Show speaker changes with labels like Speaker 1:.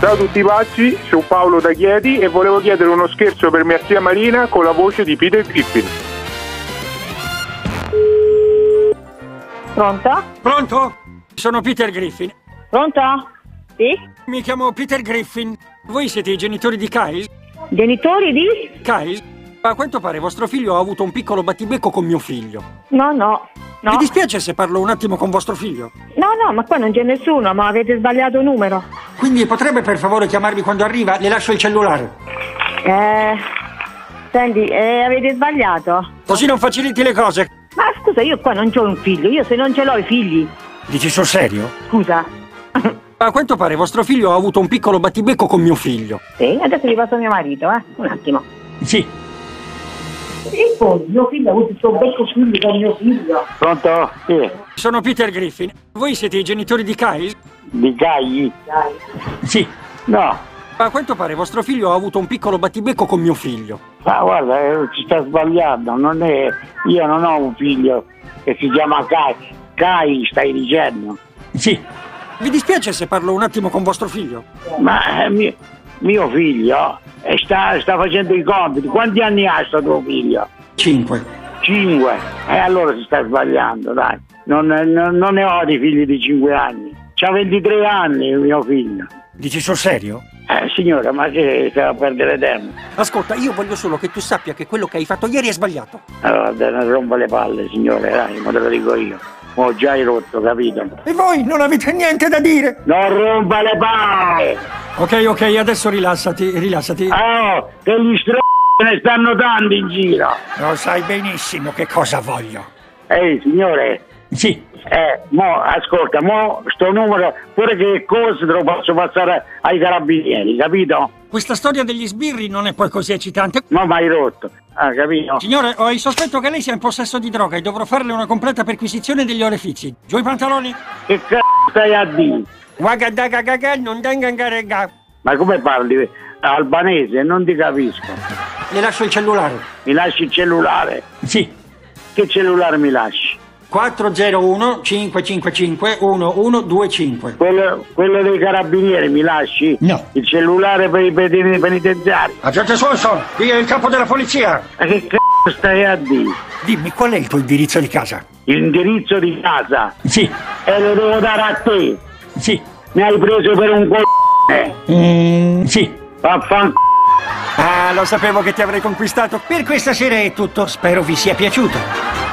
Speaker 1: Ciao a tutti pazzi, sono Paolo da Chieti e volevo chiedere uno scherzo per mia zia Marina con la voce di Peter Griffin.
Speaker 2: Pronto?
Speaker 3: Pronto? Sono Peter Griffin.
Speaker 2: Pronto? Sì?
Speaker 3: Mi chiamo Peter Griffin. Voi siete i genitori di Kyle?
Speaker 2: Genitori di?
Speaker 3: Kyle? A quanto pare vostro figlio ha avuto un piccolo battibecco con mio figlio.
Speaker 2: No, no. No,
Speaker 3: Mi dispiace se parlo un attimo con vostro figlio.
Speaker 2: no, no, ma qua non c'è nessuno, ma avete sbagliato numero.
Speaker 3: Quindi potrebbe per favore chiamarmi quando arriva? Le lascio il cellulare.
Speaker 2: Eh, senti, eh, avete sbagliato.
Speaker 3: Così non faciliti le cose.
Speaker 2: Ma scusa, io qua non ho un figlio, io se non ce l'ho i figli.
Speaker 3: Dici sul serio?
Speaker 2: Scusa.
Speaker 3: A quanto pare vostro figlio ha avuto un piccolo battibecco con mio figlio.
Speaker 2: Sì, adesso gli passo mio marito, eh. Un attimo.
Speaker 3: Sì.
Speaker 2: E poi mio figlio ha avuto il suo becco figlio con mio figlio.
Speaker 4: Pronto? Sì,
Speaker 3: Sono Peter Griffin. Voi siete i genitori di Kyle?
Speaker 4: di Gagli?
Speaker 3: Sì.
Speaker 4: No,
Speaker 3: A quanto pare vostro figlio ha avuto un piccolo battibecco con mio figlio.
Speaker 4: ma guarda, eh, ci sta sbagliando, non è... Io non ho un figlio che si chiama Gai. Gai stai dicendo?
Speaker 3: Sì. Vi dispiace se parlo un attimo con vostro figlio?
Speaker 4: Ma eh, mi- mio figlio eh, sta, sta facendo i compiti. Quanti anni ha sto tuo figlio?
Speaker 3: Cinque.
Speaker 4: Cinque. E allora si sta sbagliando, dai. Non, non- non ne ho di figli di cinque anni. C'ha 23 anni mio figlio.
Speaker 3: Dici sul serio?
Speaker 4: Eh, signora, ma che stiamo a perdere tempo?
Speaker 3: Ascolta, io voglio solo che tu sappia che quello che hai fatto ieri è sbagliato.
Speaker 4: Allora, te ne rompo le palle, signore, dai, ma te lo dico io. Mo già hai rotto, capito?
Speaker 3: E voi non avete niente da dire.
Speaker 4: Non rompa le palle!
Speaker 3: Ok, ok, adesso rilassati, rilassati.
Speaker 4: Oh, che gli str... ne stanno tanti in giro!
Speaker 3: Lo sai benissimo che cosa voglio.
Speaker 4: Ehi, signore,
Speaker 3: Sì.
Speaker 4: eh, mo, ascolta, mo, sto numero, pure che è costo te lo posso passare ai carabinieri, capito?
Speaker 3: Questa storia degli sbirri non è poi così eccitante.
Speaker 4: Ma mai rotto, ah, capito?
Speaker 3: Signore, ho il sospetto che lei sia in possesso di droga e dovrò farle una completa perquisizione degli orefici. Giù i pantaloni.
Speaker 4: Che c***o stai a dire?
Speaker 3: Wagadagagaga, non dangangarega.
Speaker 4: Ma come parli albanese? Non ti capisco.
Speaker 3: Le lascio il cellulare.
Speaker 4: Mi lasci il cellulare?
Speaker 3: Sì.
Speaker 4: Che cellulare mi lasci?
Speaker 3: 401 555 1125.
Speaker 4: Quello, quello dei carabinieri mi lasci?
Speaker 3: No.
Speaker 4: Il cellulare per i pedini penitenziari?
Speaker 3: Agente Swanson, qui è il capo della polizia.
Speaker 4: Ma che c***o stai a dire?
Speaker 3: Dimmi, qual è il tuo indirizzo di casa?
Speaker 4: L'indirizzo di casa
Speaker 3: Sì,
Speaker 4: e lo devo dare a te.
Speaker 3: sì,
Speaker 4: Mi hai preso per un c***o.
Speaker 3: sì.
Speaker 4: Vaffanculo.
Speaker 3: Ah, lo sapevo che ti avrei conquistato. Per questa sera è tutto, spero vi sia piaciuto.